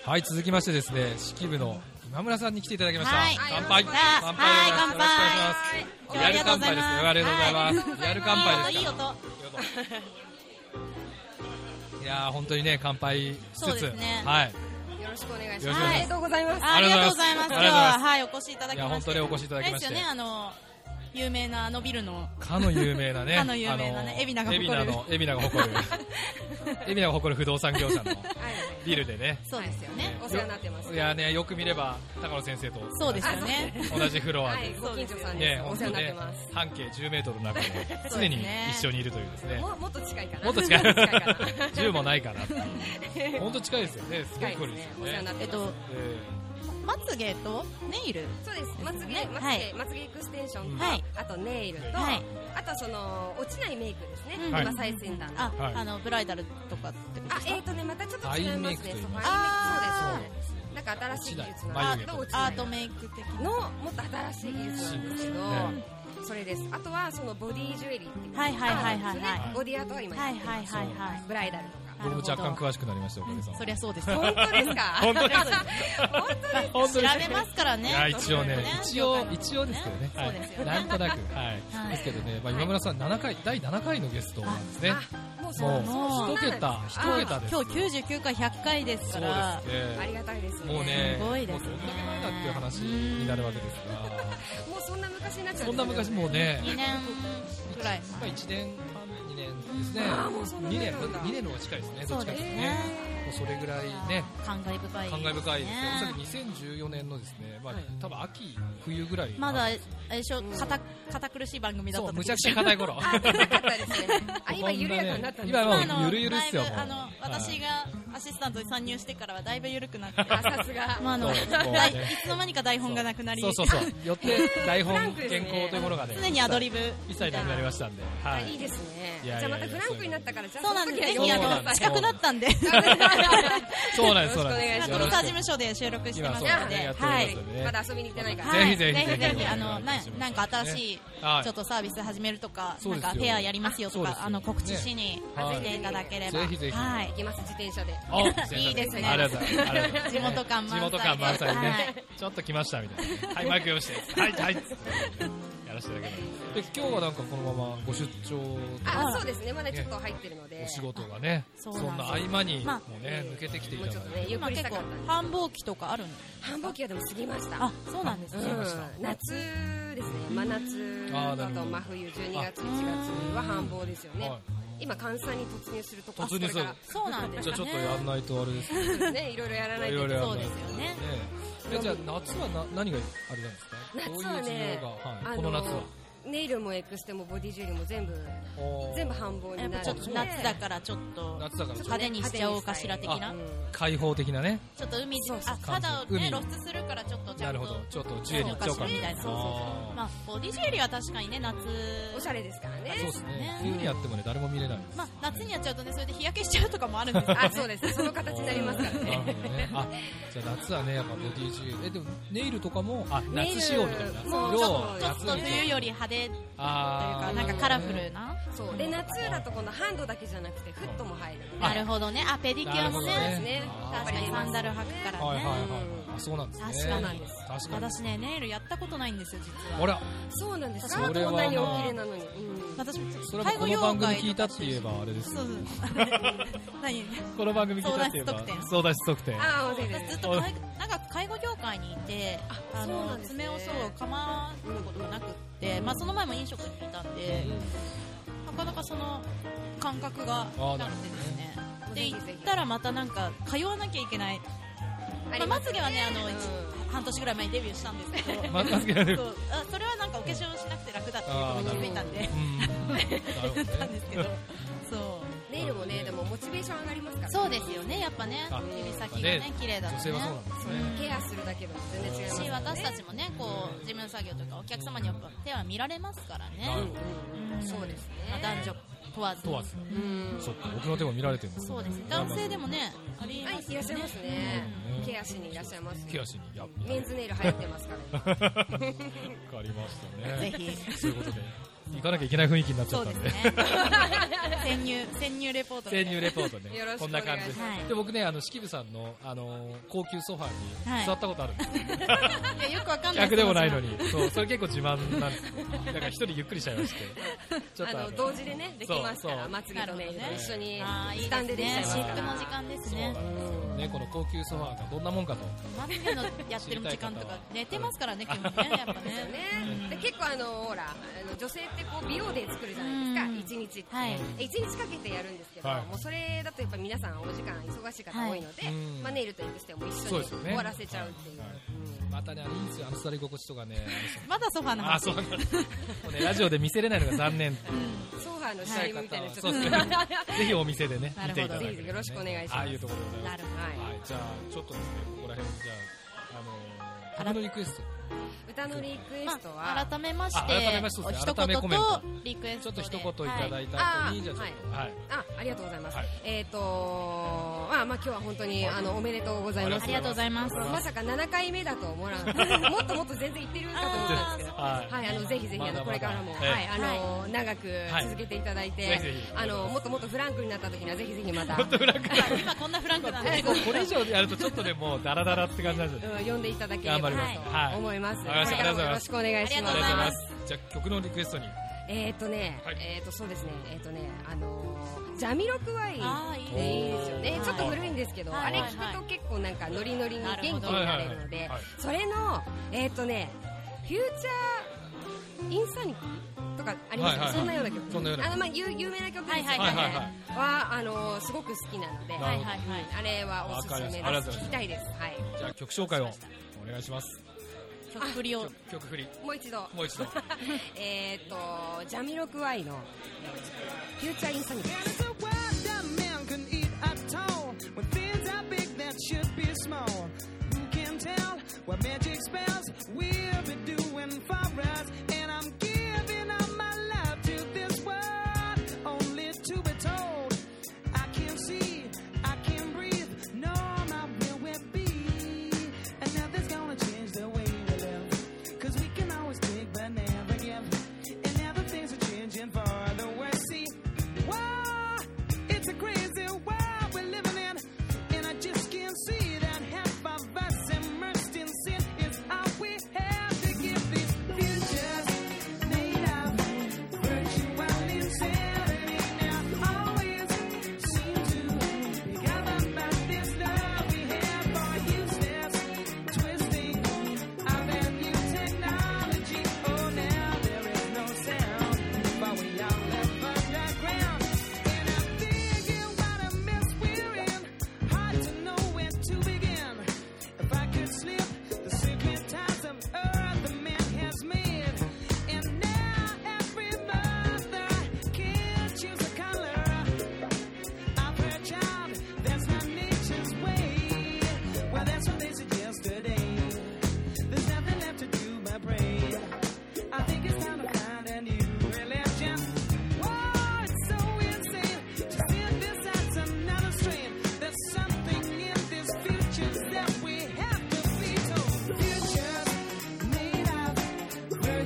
Speaker 2: はい、続きましてですね、指揮部の今村さんに来ていただきました。
Speaker 1: はい
Speaker 2: 乾杯。
Speaker 1: はい
Speaker 2: 乾杯。
Speaker 1: はい
Speaker 2: よろしくお願いしますリアル乾杯ですよ。ありがとうございます。リアル乾杯
Speaker 1: い
Speaker 2: です
Speaker 1: い
Speaker 2: か
Speaker 1: 音
Speaker 2: ら。いやー、本当にね、乾杯し
Speaker 1: そう
Speaker 2: つつ、
Speaker 1: ですね
Speaker 2: はい。
Speaker 4: よろしくお願いし
Speaker 2: よろ
Speaker 4: ま
Speaker 2: し
Speaker 4: す。
Speaker 2: くお願いします
Speaker 4: ありがとうございます。
Speaker 1: あありがとうございます。
Speaker 2: あ
Speaker 1: 今
Speaker 2: り
Speaker 1: 日
Speaker 2: がとうございます
Speaker 1: は、はい、お越しいただきまして。
Speaker 2: いや本当にお越しいただきまして
Speaker 1: あれですよね、あの、有名なあのビルの。
Speaker 2: かの有名なね、
Speaker 1: かの有名なね
Speaker 2: あの
Speaker 1: 海老名が誇る
Speaker 2: 海老名の、海老名が誇 る、海老名が誇る不動産業者の
Speaker 4: はい
Speaker 2: ビルでね。
Speaker 1: そうですよね。
Speaker 4: お世話になってます。
Speaker 2: いやね、よく見れば、高野先生と。
Speaker 1: そうですよね。
Speaker 2: 同じフロア
Speaker 4: は
Speaker 2: で
Speaker 4: い、。ご近所さんで
Speaker 2: ね、
Speaker 4: す。お
Speaker 2: 本
Speaker 4: 世
Speaker 2: 当に
Speaker 4: 話になって
Speaker 2: ね
Speaker 4: ます。、
Speaker 2: 半径10メートルの中で
Speaker 1: そう
Speaker 2: 常
Speaker 1: ですね
Speaker 2: に一緒にいるというですね。
Speaker 4: ももっと近いかな。
Speaker 2: もっと近い。10
Speaker 4: 十
Speaker 2: もないかなっていう。本当近いですよね。すご
Speaker 4: 近
Speaker 2: い
Speaker 4: い
Speaker 2: 距離
Speaker 4: です
Speaker 2: で
Speaker 4: ね
Speaker 2: す。
Speaker 4: お
Speaker 2: よ
Speaker 4: 世話に
Speaker 2: ね
Speaker 4: なっ。
Speaker 1: え
Speaker 4: て
Speaker 1: っ
Speaker 4: ます。
Speaker 1: と、
Speaker 2: え
Speaker 1: まつげとネイル。
Speaker 4: そうです。まつ
Speaker 1: ね
Speaker 4: げ、まつ
Speaker 1: はい
Speaker 4: げ、まつげエクステンションと
Speaker 1: はい、
Speaker 4: あとネイルと、
Speaker 1: はい
Speaker 4: あとその落ちないメイクですね。
Speaker 1: うん
Speaker 2: はい
Speaker 4: 今最先端。あ、
Speaker 1: あ、
Speaker 2: はい
Speaker 1: あの、ブライダルとかってことです
Speaker 4: え
Speaker 1: か
Speaker 4: っとね、またちょっと違いますね。そうファ
Speaker 1: あ
Speaker 4: イン
Speaker 1: ー
Speaker 4: メイクそうですそうです。なんか新しい技術の
Speaker 2: あ
Speaker 4: ア
Speaker 2: 眉毛
Speaker 4: ー
Speaker 2: と
Speaker 4: ト
Speaker 2: か
Speaker 4: 落ち
Speaker 1: ア
Speaker 4: ない
Speaker 1: ートメイク的
Speaker 4: のもっと新しい技術なんですけど
Speaker 2: うんね、
Speaker 4: それです。あとはそのボディジュエリーっていう。
Speaker 1: はいはいはいはいはい
Speaker 4: あるんですよねボディアートは今や
Speaker 1: は
Speaker 4: っ
Speaker 1: い
Speaker 4: てます
Speaker 1: はいはいはい。
Speaker 4: ブライダルとか。
Speaker 2: ー僕も若干
Speaker 1: わ
Speaker 2: 詳しくなりました、おかげさま
Speaker 1: そ
Speaker 2: で。
Speaker 1: りゃそうです。
Speaker 4: 本当ですか
Speaker 2: 本当です
Speaker 4: 本当です
Speaker 2: 本
Speaker 1: 調
Speaker 2: 当ですね
Speaker 1: べますからね。
Speaker 2: いや、一応ね
Speaker 1: ね、
Speaker 2: 一応
Speaker 1: 業界、の
Speaker 2: 一応ですけどね。は
Speaker 1: そうです
Speaker 2: い
Speaker 1: よ
Speaker 2: な
Speaker 1: ね。
Speaker 2: んとなく。はい。
Speaker 1: はい
Speaker 2: ですけどね、まあ今村さん、7回、第7回のゲストなんですね。
Speaker 4: あもうそう
Speaker 2: もう、
Speaker 4: そう
Speaker 2: 一桁、
Speaker 4: そ
Speaker 2: 一
Speaker 4: うなんです
Speaker 2: 桁です。
Speaker 1: 今日99回100回です
Speaker 2: そ
Speaker 1: か
Speaker 2: うです
Speaker 1: ら、
Speaker 2: ね
Speaker 4: ありがたいですね
Speaker 2: もうね、
Speaker 1: すごいですね
Speaker 2: もうどんだけ前だっていう話になるわけですが、
Speaker 4: もうそんな昔になっちゃう
Speaker 2: そんな昔もうね、
Speaker 1: 2年くらい
Speaker 2: まあ1年半、2年ですね
Speaker 4: ーもうそ、んな
Speaker 2: 2年、
Speaker 4: 前なんだ
Speaker 2: 2年の方が近いですね、どっちかです
Speaker 1: そうで
Speaker 2: ね
Speaker 1: すね、
Speaker 2: もうそれぐらいね、
Speaker 1: 感慨深い。
Speaker 2: 感慨深いですね、おそらく2014年のですね、まあ多分秋、冬ぐらい、
Speaker 1: まだ、あれでしょ、堅堅苦しい番組だっ
Speaker 2: そ
Speaker 1: た
Speaker 2: う、
Speaker 1: 時
Speaker 2: むちゃくちゃ硬い頃。
Speaker 4: 前 あよかったですねあ今緩やかになったんです
Speaker 2: 今はも
Speaker 1: あの
Speaker 2: ゆるゆるっすよ
Speaker 1: だいぶ
Speaker 2: もう
Speaker 1: あの
Speaker 2: はい
Speaker 1: 私がアシスタントに参入してからはだいぶ緩くなって、
Speaker 4: あさすが
Speaker 1: まああの
Speaker 2: そうもう
Speaker 1: だい
Speaker 2: ね
Speaker 1: いつの間にか台本がなくなり
Speaker 2: そう、そう そう、よって台本、
Speaker 4: フランク
Speaker 2: 原
Speaker 4: で
Speaker 2: 稿
Speaker 4: すね
Speaker 2: というものがね、
Speaker 1: 常にアドリブ。
Speaker 2: 一切なくなりましたんで、
Speaker 4: あ
Speaker 2: はい
Speaker 4: いです
Speaker 2: い
Speaker 4: ね
Speaker 2: やいやいや
Speaker 4: じゃあまたフランクになったからじゃあ
Speaker 1: そうなんです。ぜ
Speaker 4: そ
Speaker 2: の時は
Speaker 1: ひ
Speaker 4: の
Speaker 1: あ
Speaker 4: 時
Speaker 1: の
Speaker 2: そうなんです
Speaker 4: は
Speaker 1: 近 くなったんで、
Speaker 2: そうなんです、そうなんで
Speaker 4: よ
Speaker 2: す。
Speaker 4: ろし
Speaker 1: ト
Speaker 4: くお
Speaker 1: ロ
Speaker 4: 願
Speaker 1: ス
Speaker 4: い
Speaker 1: タ事
Speaker 4: し
Speaker 1: 務所で収録して
Speaker 2: 今
Speaker 1: ま
Speaker 2: そ
Speaker 1: すの
Speaker 2: うだね
Speaker 1: で、
Speaker 2: やって
Speaker 1: は
Speaker 2: ま
Speaker 1: い
Speaker 2: すの。でね
Speaker 4: まだ遊びに行ってないから
Speaker 1: はい
Speaker 2: ぜひぜひ
Speaker 1: ぜひぜひあ
Speaker 2: お
Speaker 1: の
Speaker 2: 願
Speaker 1: ない
Speaker 2: します
Speaker 1: なんか新しい
Speaker 2: はい
Speaker 1: ちょっとサービス始めるとか、
Speaker 2: そう
Speaker 1: な
Speaker 2: で
Speaker 1: んか
Speaker 2: すよ
Speaker 1: フェアやりますよと
Speaker 2: そうです
Speaker 1: か
Speaker 2: よ
Speaker 1: あの告知しに
Speaker 2: はい
Speaker 1: 来ていただければ、
Speaker 2: ぜひぜひ
Speaker 1: はい
Speaker 4: 行。きます自転車で
Speaker 2: お
Speaker 4: いいですね
Speaker 2: ありがとうございますありがとうございます。
Speaker 1: 地元感満載
Speaker 2: 地元感満載でね、
Speaker 1: はい
Speaker 2: ちょっと来ましたみたいなね。はい、マイク用意して。はい、はい。やらせていただけます。で、今日はなんかこのままご出張
Speaker 4: あそうですねまだちょっと入ってるの
Speaker 2: で、
Speaker 4: で
Speaker 2: お仕事がね、そ
Speaker 1: そうなんです
Speaker 2: んな合間に、
Speaker 1: まあ
Speaker 2: もうね、抜けてきてい
Speaker 4: もう
Speaker 2: た
Speaker 4: ち
Speaker 2: だ
Speaker 4: ょ
Speaker 2: い
Speaker 4: っとね
Speaker 2: て。
Speaker 4: ゆっく
Speaker 1: 今
Speaker 4: りし
Speaker 1: 結
Speaker 4: た
Speaker 1: 構
Speaker 4: かった
Speaker 1: 繁忙期とかあるんです。
Speaker 4: 繁忙期はでも過ぎました
Speaker 1: あ、そうなんです
Speaker 4: う
Speaker 1: ね。
Speaker 4: ん夏ですね真夏
Speaker 2: あー
Speaker 4: あ
Speaker 2: なるほど
Speaker 4: と真冬12月1月は繁忙ですよね、今関西に突入するとこ
Speaker 2: 突入する
Speaker 4: こ
Speaker 1: そうなんですね。
Speaker 2: じゃあちょっとやんないとあれですね。
Speaker 4: れからねいろいろやらない
Speaker 2: い
Speaker 4: と
Speaker 2: ろいろやら
Speaker 1: そ
Speaker 2: な
Speaker 1: う
Speaker 2: い
Speaker 1: で
Speaker 2: と
Speaker 1: すよね。
Speaker 2: えじゃあ夏はな何があれなんですか
Speaker 4: 夏
Speaker 2: どうい
Speaker 4: は
Speaker 2: う
Speaker 4: ね
Speaker 2: 需要が、は
Speaker 4: あ
Speaker 2: い、この夏は。
Speaker 4: ネイルもエクステもボディジュエリーも全部
Speaker 2: おー
Speaker 4: 全部繁忙
Speaker 1: やっ
Speaker 4: に
Speaker 1: ぱ
Speaker 4: なる
Speaker 1: ちょっと夏だからちょっと
Speaker 2: 夏だからちょっ
Speaker 1: 派手にしちゃおうかしら的
Speaker 4: う
Speaker 1: な。
Speaker 4: ん
Speaker 2: 開放的なね。
Speaker 1: ちょっと海じ
Speaker 4: そうそう
Speaker 1: あ肌をね
Speaker 2: 海
Speaker 1: 露出するからちょっとちゃ
Speaker 2: なんる
Speaker 1: と
Speaker 2: ほど。ちょっとジュエリー
Speaker 1: そうか
Speaker 2: 長
Speaker 1: しら
Speaker 2: 官
Speaker 1: みたいな。そうそうそう。まあボディジュエリーは確かにね夏。
Speaker 4: おしゃれですからね
Speaker 2: そうですね
Speaker 1: ね。
Speaker 2: 冬にやってもね、誰も見れないです。
Speaker 1: まあ夏にやっちゃうとねそれで日焼けしちゃうとかもあるんですけどね
Speaker 4: あそうですその形になりますから
Speaker 2: なる
Speaker 4: ね
Speaker 2: ほどね。あ、じゃあ夏はね、やっぱボディジュエリー。え、でもネイルとかも、あ、
Speaker 4: ネイル
Speaker 2: 夏仕様みたいな。
Speaker 4: もう
Speaker 2: 色を
Speaker 1: ちょっと
Speaker 2: 夏に
Speaker 1: 冬より派手という
Speaker 2: あ
Speaker 1: か
Speaker 2: ー
Speaker 1: なんかカラフルな。
Speaker 4: そうで夏だと今度ハンドだけじゃなくてフットも入るので
Speaker 1: なるほどね。あペディキュアも
Speaker 2: なるほど
Speaker 1: ね。
Speaker 4: ね
Speaker 1: 確かにサンダル履くから
Speaker 2: はいはい
Speaker 1: ね。
Speaker 2: はい。あ、そうなんですね。
Speaker 1: 確かに
Speaker 2: 確かに。
Speaker 1: 私ねネイルやったことないんですよ実は。
Speaker 2: あら、
Speaker 4: そうなんです
Speaker 2: そ
Speaker 4: か
Speaker 2: れは
Speaker 4: こんなにお綺麗なのに、うん
Speaker 1: 私も
Speaker 2: それは
Speaker 1: 介
Speaker 2: こ
Speaker 1: 護
Speaker 2: の
Speaker 1: 業
Speaker 2: 番組
Speaker 1: 界
Speaker 2: 聞いたって言えばあれです
Speaker 1: そ
Speaker 2: よ
Speaker 1: う。そう。何？
Speaker 2: この番組聞いたって言え
Speaker 1: 相
Speaker 2: ば
Speaker 1: 談室特典。
Speaker 2: 相談室特典。
Speaker 4: ああお
Speaker 1: 私ずっと介長く介護業界にいてあ
Speaker 4: そうな
Speaker 1: の
Speaker 4: んですね
Speaker 1: 爪をそうかまうことがなくって、まあ、その前も飲食にいたんで、なかなかその感覚が
Speaker 2: あー
Speaker 1: なくてですねで
Speaker 4: ぜひ
Speaker 1: 行
Speaker 4: ぜ
Speaker 1: っ
Speaker 4: ひ
Speaker 1: たらまたなんか通わなきゃいけない、まあ、まつげはねあの、一半年ぐらい前にデビューしたんですけど
Speaker 2: ままつげはね
Speaker 1: そうあそれはなんかお化粧しなくて楽だっていうことに気づいたんで
Speaker 2: うん。なるほど
Speaker 1: たんで
Speaker 2: ね
Speaker 1: すけどそう
Speaker 4: ネイルもねでもモチベーション上がりますからね
Speaker 1: そうですよねやっぱね
Speaker 2: あ
Speaker 1: 指先がね綺麗だと
Speaker 2: 女性はそうなんですね。
Speaker 4: ケアするだけでも全然違います
Speaker 1: し
Speaker 4: よね
Speaker 1: 私たちもねこう事務作業というかお客様にやっぱ手は見られますから
Speaker 2: なる
Speaker 1: ね
Speaker 2: ほ、
Speaker 4: うんそうですね
Speaker 1: まあ男女問わず
Speaker 2: 問わず。
Speaker 4: うん
Speaker 2: そっか、僕の手も見られてるんですね
Speaker 1: そうですね男性でもねあり
Speaker 4: は
Speaker 1: ま
Speaker 4: い、
Speaker 1: す
Speaker 4: いら
Speaker 1: よ
Speaker 4: っしゃい
Speaker 1: ね
Speaker 4: ますね
Speaker 2: う。ん
Speaker 4: ケアしにいらっしゃいます。
Speaker 2: 手足にやっ
Speaker 4: メンズネイル流行ってますから。
Speaker 2: わかりましたね。
Speaker 1: ぜひ
Speaker 2: ということで、行かなきゃいけない雰囲気になっちゃ
Speaker 1: そ
Speaker 2: っ
Speaker 1: う
Speaker 2: た
Speaker 1: です
Speaker 2: んで。
Speaker 1: ね潜入潜入レポートみたい
Speaker 2: 潜
Speaker 1: な
Speaker 2: 入レポートね
Speaker 4: よろし。く
Speaker 2: こ
Speaker 4: お
Speaker 2: んない
Speaker 4: 願しま
Speaker 2: 感
Speaker 4: す
Speaker 2: じです。
Speaker 1: はい
Speaker 2: で、僕ね、あの、敷部さんの、あの、高級ソファー
Speaker 1: は
Speaker 2: に
Speaker 1: い
Speaker 2: 座ったことあるんですよ
Speaker 1: いやよくわかんない
Speaker 2: 逆でもないのに。そう、それ結構自慢なんですよ。だから一人ゆっくりしちゃいまして。ちょっ
Speaker 4: あ
Speaker 2: とあの
Speaker 4: の同時でねできます
Speaker 2: そ
Speaker 4: から
Speaker 2: う
Speaker 4: 祭りとね
Speaker 1: なるほどね
Speaker 4: 一緒に
Speaker 1: あーいい
Speaker 4: ス
Speaker 1: で
Speaker 4: タ
Speaker 1: す
Speaker 4: ンデでしち
Speaker 1: ね
Speaker 4: ゃいま
Speaker 1: シ
Speaker 4: す
Speaker 1: ッ
Speaker 4: か
Speaker 1: プの
Speaker 4: ら
Speaker 1: 時間です
Speaker 2: そう
Speaker 1: ね
Speaker 2: なんですよね、この高級ソファーがどんなもんかと。
Speaker 1: 祭りのやってる時間とか寝てますからね今日ねやっぱ
Speaker 4: ですよ
Speaker 1: ね
Speaker 4: ねで結構あのほらあの女性ってこう美容デー作るじゃないですか一日って
Speaker 1: はい
Speaker 4: 一日かけてやるんですけど、
Speaker 2: はい
Speaker 4: もうそれだとやっぱ皆さんお時間忙しい方多いので、
Speaker 2: はいうん
Speaker 4: まあ、ネイルとエクステも一
Speaker 2: そう
Speaker 4: 緒に
Speaker 2: ですよね
Speaker 4: 終わらせちゃうっていう
Speaker 2: はいまたね、あれいいんですよ。あの座り心地とかね。
Speaker 1: まだソファーの
Speaker 2: あ、
Speaker 1: 話
Speaker 2: そう なんだ。もうね、ラジオで見せれないのが残念っていう。
Speaker 4: ソファーの CM みたいなちょっと、
Speaker 2: そ うですねぜひお店でね
Speaker 1: な、る
Speaker 2: 見
Speaker 1: ほど
Speaker 2: ていただいて、ね。
Speaker 4: ぜひよろしくお願いします
Speaker 2: ああいうところでございま
Speaker 1: な
Speaker 2: す
Speaker 1: るほど
Speaker 4: は
Speaker 2: は
Speaker 4: い
Speaker 2: い、じゃあ、ちょっとですね、ここら辺、じゃあ、あのー、僕のリクエスト、
Speaker 4: 歌のリクエストは、
Speaker 1: まあ改めまし
Speaker 2: あ
Speaker 1: て
Speaker 2: 改めましてそうですね
Speaker 1: 一
Speaker 2: 改め
Speaker 1: 言
Speaker 2: コメント
Speaker 1: とリクエス
Speaker 2: ちょ
Speaker 1: ト
Speaker 2: っと
Speaker 1: で
Speaker 2: 一言いただいた
Speaker 4: は
Speaker 2: 後
Speaker 4: い
Speaker 2: に、じゃあちょっと、はい、
Speaker 4: あありがとうございます、
Speaker 2: はい
Speaker 4: えっ、とまあまあ今日は本当にあのおめでとうございます
Speaker 1: ありがとうございます
Speaker 4: まさか7回目だと思わなか ったもっともっと全然いってるかと思ったんですけど
Speaker 2: あーそう
Speaker 4: はい、あのぜひぜひ
Speaker 2: まだまだ
Speaker 4: あのこれからも、
Speaker 2: ええ
Speaker 4: はいあの長く
Speaker 2: はい
Speaker 4: 続けていただいて、
Speaker 2: ぜひぜひ
Speaker 4: あのもっともっとフランクになった時にはぜひぜひま た、
Speaker 2: ちょっとフラッグ
Speaker 1: はい今こんなフランクなんで
Speaker 2: これ以上やると、ちょっとね、もう、ダラダラって感じなん ですよ。
Speaker 4: うん呼んでいただけれ
Speaker 2: 頑張
Speaker 4: ば
Speaker 2: ります
Speaker 4: な
Speaker 2: はい
Speaker 4: と思います、
Speaker 2: はい
Speaker 4: これからもよろしくお願いし
Speaker 1: ありが
Speaker 4: ま
Speaker 1: と
Speaker 4: す
Speaker 1: うございます
Speaker 2: じゃあ、曲のリクエストに、
Speaker 4: えーっとね、
Speaker 2: はい
Speaker 4: えーっとそうですねえーっとねあのジャミロクワイ
Speaker 1: あーいい
Speaker 4: でいいですよ
Speaker 1: は
Speaker 4: ね
Speaker 1: い
Speaker 4: ちょっと古いんですけど、
Speaker 1: はい
Speaker 4: あれ聞くと結構なんかノリノリに元気になれるので、
Speaker 2: はいはいはいはい
Speaker 4: それのえーっとねフューチャーインサニティとかありますよね、
Speaker 2: はいはいはい
Speaker 4: そんなような曲
Speaker 2: そんなような曲
Speaker 4: あの、まあ、有有名な曲ですよね、
Speaker 1: はい
Speaker 2: はいはいはい
Speaker 4: はあのすごく好きなので、
Speaker 2: な
Speaker 1: はい
Speaker 2: る
Speaker 1: はい
Speaker 2: ほど
Speaker 1: はい
Speaker 4: あれはおすすめです
Speaker 2: わかりましたありがとうございます
Speaker 4: 聞きたいですはい
Speaker 2: じゃあ、曲紹介をお願いします。
Speaker 1: 曲振りを
Speaker 2: 曲曲振り、
Speaker 4: もう一度
Speaker 2: もう一度。
Speaker 4: えーっとジャミロクワイの「フューチャーインサニティ
Speaker 5: And it's a world that man can eat at all. When things are big that should be small. Who can tell what magic spells we'll be doing for us? And I'm giving up my life to this world, only to be told I can't see, I can't breathe. No, not where we'll be. And nothing's gonna change the way we live. Cause we can always take but never give. And now the things are changing for the worse. See, wow, it's a crazy world we're living in. And I just can't see that half of us immersed in sin is all we have to give these. Oh,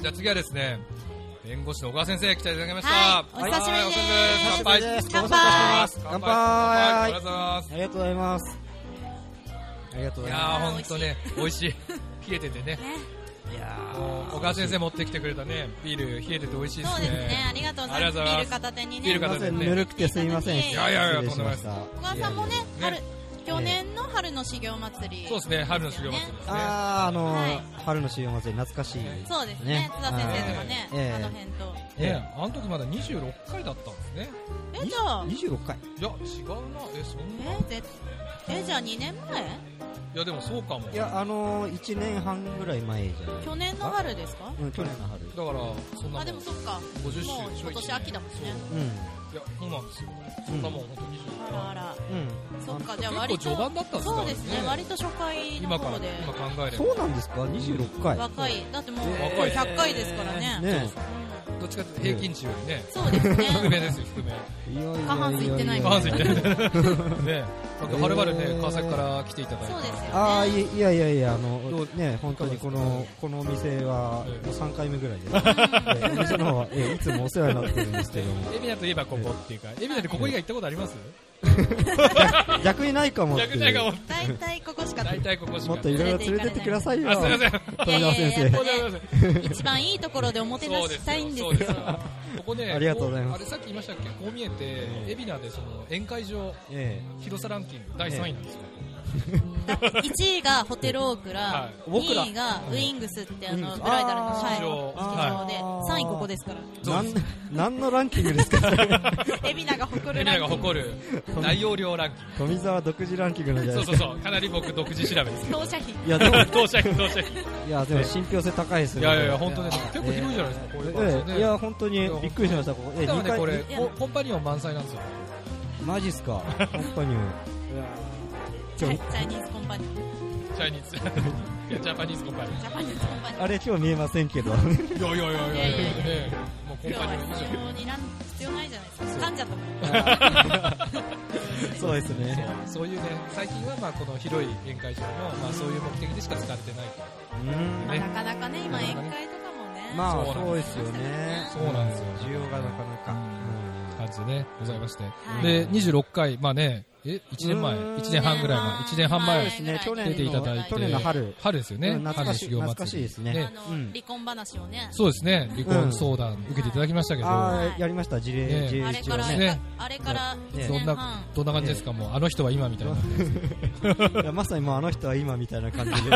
Speaker 2: じゃあ次はですね、弁護士の小川先生来ていただきました。
Speaker 1: はいお久しぶりです
Speaker 2: はいお久しぶりです乾杯。
Speaker 6: 乾杯
Speaker 2: ありがとうございます。
Speaker 6: ありがとうございます。ありがとう
Speaker 2: い
Speaker 6: ご
Speaker 2: や
Speaker 6: ざいま
Speaker 2: ー、ほんとね、美味しい。冷えててね。
Speaker 6: す。いや
Speaker 2: もう小川先生持ってきてくれたね、ビール、冷えてて美味しいです
Speaker 1: そうで
Speaker 2: ね。
Speaker 1: すね、ありがとうございます。ビール片手にね。
Speaker 2: ビール
Speaker 6: すい
Speaker 2: 片
Speaker 6: ま
Speaker 2: 手
Speaker 6: せん、
Speaker 2: ね
Speaker 6: ぬるくてすいません。
Speaker 1: いや
Speaker 2: いやいや
Speaker 6: 失礼しました。
Speaker 1: 小川さんもね、
Speaker 2: いやい
Speaker 1: 春
Speaker 2: やね、
Speaker 1: 去年の春の修行祭り。
Speaker 2: そうですね、春の修行祭り
Speaker 1: ね
Speaker 2: ですね。
Speaker 6: あー、あのー
Speaker 1: はい
Speaker 6: 春の収容祭り懐かしい。
Speaker 1: そうですね、津田先生とかね、
Speaker 6: はい
Speaker 1: あの辺と。
Speaker 6: え
Speaker 2: ね、あの時まだ26回だったんですね。
Speaker 1: え、じゃあ
Speaker 6: え、26回。
Speaker 2: いや、違うな、え、そんな。い
Speaker 1: え、ぜえ、じゃあ2年前
Speaker 2: や、でもそうかも。
Speaker 6: いや、あのー、1年半ぐらい前じゃない
Speaker 1: 去年の春ですか
Speaker 6: うん、去年の春。
Speaker 2: だから、そんなもん
Speaker 1: あ、でもそっか。
Speaker 2: 50周
Speaker 1: もう今年秋だもんね
Speaker 6: うん。
Speaker 2: そういや、そうなんですよ。そんなもん、本当に
Speaker 1: あらあら。
Speaker 6: うん。
Speaker 1: そっか、じゃあ
Speaker 2: 20。
Speaker 1: 割と
Speaker 2: 結構序。盤だったんですか
Speaker 1: そうですね、割と初回の
Speaker 2: 今から、
Speaker 1: 方で。
Speaker 2: 今考えれば。
Speaker 6: そうなんですか ?26 回。
Speaker 1: 若い。だってもう、もう
Speaker 2: えー
Speaker 1: 100回ですからね。
Speaker 6: ね
Speaker 1: うん
Speaker 2: どっちかっていうと平均値より ね、
Speaker 1: そうです
Speaker 2: 低め
Speaker 1: ね。
Speaker 2: ですよ、低め。
Speaker 6: いやいやいやいや
Speaker 1: 過半数いってない
Speaker 2: 過半数いってない。ね だってはるばる
Speaker 6: え
Speaker 2: ね、
Speaker 6: ー
Speaker 2: 川崎から来ていただいて。
Speaker 1: そうですよね。
Speaker 6: ああいいやいやいやあの
Speaker 2: どう
Speaker 6: ね本当にこのこのお店は
Speaker 2: ええ
Speaker 6: もう三回目 ぐらいで、ええお店の方はええいつもお世話になってるんですけども
Speaker 2: 海老名といえばここっていうか、海老名でここ以外行ったことあります
Speaker 6: 逆にないかもって
Speaker 2: 逆にないいかも
Speaker 6: う。
Speaker 1: 大体ここしか
Speaker 2: 大体ここし
Speaker 6: も
Speaker 2: か。
Speaker 6: っといろいろ連れてってくださいよ
Speaker 2: あ、すいません。
Speaker 6: 富澤先
Speaker 1: いやいやい
Speaker 6: 生
Speaker 1: や
Speaker 2: 申し訳ありません。
Speaker 1: 一番いいところでおもてな
Speaker 2: そう
Speaker 1: し
Speaker 2: で
Speaker 1: したいん
Speaker 2: す
Speaker 1: です
Speaker 2: よ
Speaker 1: よ
Speaker 2: そうですよここね
Speaker 6: ありがとうございます
Speaker 2: こあれさっき言いましたっけこう見えて
Speaker 6: ええ
Speaker 2: 海老名でその宴会場
Speaker 6: え
Speaker 2: 広さランキング第3位なんですよ
Speaker 1: 1位がホテルオーク
Speaker 2: は
Speaker 1: ラ、
Speaker 2: い
Speaker 6: 僕ら
Speaker 1: 2位がウイングスってあ
Speaker 6: ウイン
Speaker 1: の
Speaker 6: グス
Speaker 1: ブライダルの
Speaker 6: あー
Speaker 1: はい
Speaker 2: 劇場
Speaker 1: 劇場で
Speaker 6: は
Speaker 1: 3
Speaker 6: い
Speaker 1: 位ここですから
Speaker 6: えなんなんのランキングですか それ
Speaker 1: 海老名が誇
Speaker 2: 海
Speaker 1: る
Speaker 2: 老
Speaker 1: ラ
Speaker 2: 名
Speaker 1: ンキン
Speaker 2: が
Speaker 1: グ
Speaker 2: 誇る大容量ランキン
Speaker 6: 富澤独自ランキングなんじ
Speaker 2: グ
Speaker 6: ゃ
Speaker 2: そ
Speaker 6: な
Speaker 2: うそう
Speaker 6: いですか
Speaker 2: そうかなり僕独自調べです
Speaker 1: 当社費
Speaker 6: いやで も
Speaker 2: 当社員当社員
Speaker 6: いやでも信憑性高いです
Speaker 2: い
Speaker 6: よ
Speaker 2: やいやいや本当ね結構広いじゃないですかこういう場
Speaker 6: え
Speaker 2: 所
Speaker 6: え
Speaker 2: ね
Speaker 6: いや本当にびっくりしましたここえ
Speaker 2: し
Speaker 6: え
Speaker 2: かも
Speaker 6: 二
Speaker 2: ね
Speaker 6: 回
Speaker 2: これ
Speaker 1: いや
Speaker 2: ココンパニオン満載なんですよ
Speaker 6: マジっすか本当に
Speaker 1: チ
Speaker 6: 今日
Speaker 1: ャイニーズコンパニー
Speaker 2: チャイニーズいや ジャパニーズコンパニ
Speaker 1: ジャパニーズコンパニー
Speaker 6: あれ今日見えませんけど
Speaker 2: オンいやいやいやいやいやねもうコン
Speaker 1: 今日は
Speaker 2: パニオン以
Speaker 1: 必
Speaker 2: 上
Speaker 1: 要になん必要ないじゃないですか噛んじゃったもん
Speaker 6: そうですね
Speaker 2: そういうね最近はまあこの広い宴会場もまあそういう目的でしか使われてないと
Speaker 6: うん
Speaker 1: まあ
Speaker 2: ね
Speaker 1: なかなかね今宴会とかもね
Speaker 6: まあ
Speaker 2: そうなんです
Speaker 6: そうですよね
Speaker 2: そうなんですよ
Speaker 6: 需要がなかなか、
Speaker 2: 感じでねございまして、
Speaker 1: い
Speaker 2: で26回まあねえ1年前
Speaker 6: うーん
Speaker 2: 1年半ぐらい前1年半前
Speaker 6: ですね去年
Speaker 2: 出ていただいて
Speaker 6: 去年の春
Speaker 2: 春ですよね、
Speaker 6: うん懐かし
Speaker 2: 春の修
Speaker 6: い
Speaker 2: 行
Speaker 6: 懐かし
Speaker 2: 祭
Speaker 6: い
Speaker 2: り
Speaker 6: ですね
Speaker 1: あの
Speaker 6: うん
Speaker 1: 離婚話をね
Speaker 2: そうですね離
Speaker 6: う
Speaker 2: 婚
Speaker 6: ん
Speaker 2: 相談受けていただきましたけど、
Speaker 6: ああやりました事例、
Speaker 2: ね
Speaker 6: 事例
Speaker 1: あれ
Speaker 6: 一
Speaker 1: か
Speaker 6: 応
Speaker 1: ら
Speaker 6: ね
Speaker 2: ね
Speaker 1: あれから
Speaker 6: ね
Speaker 1: 1
Speaker 2: ど
Speaker 1: 年
Speaker 2: ん
Speaker 1: 半
Speaker 2: などんな感じですか、もうあの人は今みたいな、
Speaker 6: いやまさにもうあの人は今みたいな感 じで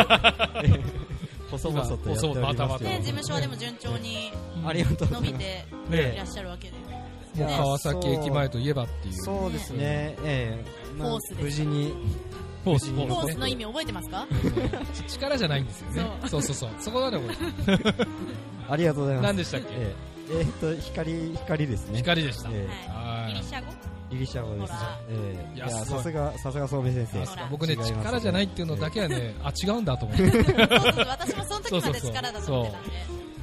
Speaker 2: 今
Speaker 6: 細々とやっており
Speaker 2: 細々バタ
Speaker 6: ま
Speaker 2: バ
Speaker 6: す
Speaker 2: タ
Speaker 6: よ
Speaker 1: ね事務所はでも順調に
Speaker 6: ありがとうご
Speaker 1: 伸
Speaker 6: ざ
Speaker 1: び
Speaker 6: います
Speaker 1: ていら
Speaker 2: ね
Speaker 1: っしゃるわけで
Speaker 2: もう川崎駅前といえばっていう、
Speaker 6: そうですね、ええまあ
Speaker 1: フォースです
Speaker 6: 無事に
Speaker 2: フォース
Speaker 6: フォ
Speaker 1: コ
Speaker 6: ー
Speaker 1: ー
Speaker 2: ね
Speaker 1: スの意味覚えてますか
Speaker 2: 力じゃないんですよね、そうそうそう、そこなん だこ
Speaker 6: ありがとうござい
Speaker 2: れ、
Speaker 6: ます
Speaker 2: 何でしたっけ、
Speaker 6: えええーっと光光ですね
Speaker 2: 光でした、
Speaker 6: え
Speaker 1: はいギリシャ語
Speaker 6: えギリシャ語です
Speaker 1: ほら
Speaker 6: ええ
Speaker 2: い
Speaker 6: い
Speaker 2: や
Speaker 6: や
Speaker 2: すごい
Speaker 6: さすがさすがそうめ先生
Speaker 1: ほら
Speaker 2: 僕ね、
Speaker 6: 違いますね
Speaker 2: 力じゃないっていうのだけはね、あ違うんだと思っ て。
Speaker 1: そうそうそう私もその時まで力だと思ってたんで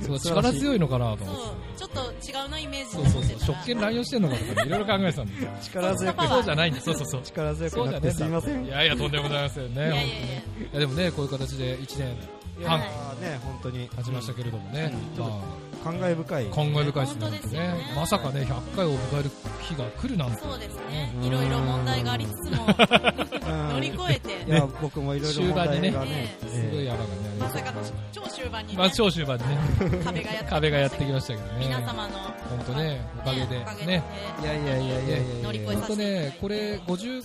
Speaker 2: そう力強いのかなと
Speaker 1: そ
Speaker 2: 思って。
Speaker 1: うちょっと違うなイメージ
Speaker 2: そ
Speaker 1: に
Speaker 2: う
Speaker 1: なっ
Speaker 2: そう
Speaker 1: て
Speaker 2: そう。
Speaker 1: たら
Speaker 2: 職権乱用してんのかとかね、いろいろ考えてたんですよ。
Speaker 6: 力強く
Speaker 1: パワー
Speaker 2: そうじゃないんです。そうそうそう。
Speaker 6: 力強
Speaker 2: そう
Speaker 6: く
Speaker 2: じ
Speaker 6: な
Speaker 2: ゃ
Speaker 6: っ
Speaker 2: ね
Speaker 6: てすいません
Speaker 2: いやいや、とんでもございませんね。
Speaker 1: い
Speaker 2: 本
Speaker 1: や
Speaker 2: 当
Speaker 1: い
Speaker 2: に
Speaker 1: や
Speaker 2: い
Speaker 1: いや
Speaker 2: や、でもね、こういう形で1年
Speaker 6: い
Speaker 2: 半
Speaker 6: やーね本当に
Speaker 2: 経ちましたけれどもね。
Speaker 6: うん
Speaker 2: ま
Speaker 6: 感慨深い
Speaker 2: あ、感慨深いですね。
Speaker 1: 本当ですよね
Speaker 2: 本当まさかね、100回を迎える日が来るなんて。
Speaker 1: そうですねいろいろ問題がありつつも乗り越え
Speaker 6: い
Speaker 1: て
Speaker 6: や僕もいろいろ問題がね
Speaker 1: 終盤にね
Speaker 2: すごい
Speaker 6: え
Speaker 2: やばかね。
Speaker 1: まさかの超終盤にね
Speaker 2: まあ、超終盤でね、
Speaker 1: 壁がや ってきましたけど
Speaker 2: 壁がやってきましたけどね。
Speaker 1: 皆様の
Speaker 2: 本当ねおかげで
Speaker 1: おかげ
Speaker 2: ね
Speaker 6: えいやいやいやいやい
Speaker 1: 乗
Speaker 6: や
Speaker 1: り
Speaker 6: い
Speaker 1: 越え
Speaker 6: や
Speaker 2: 本当ね、これ50、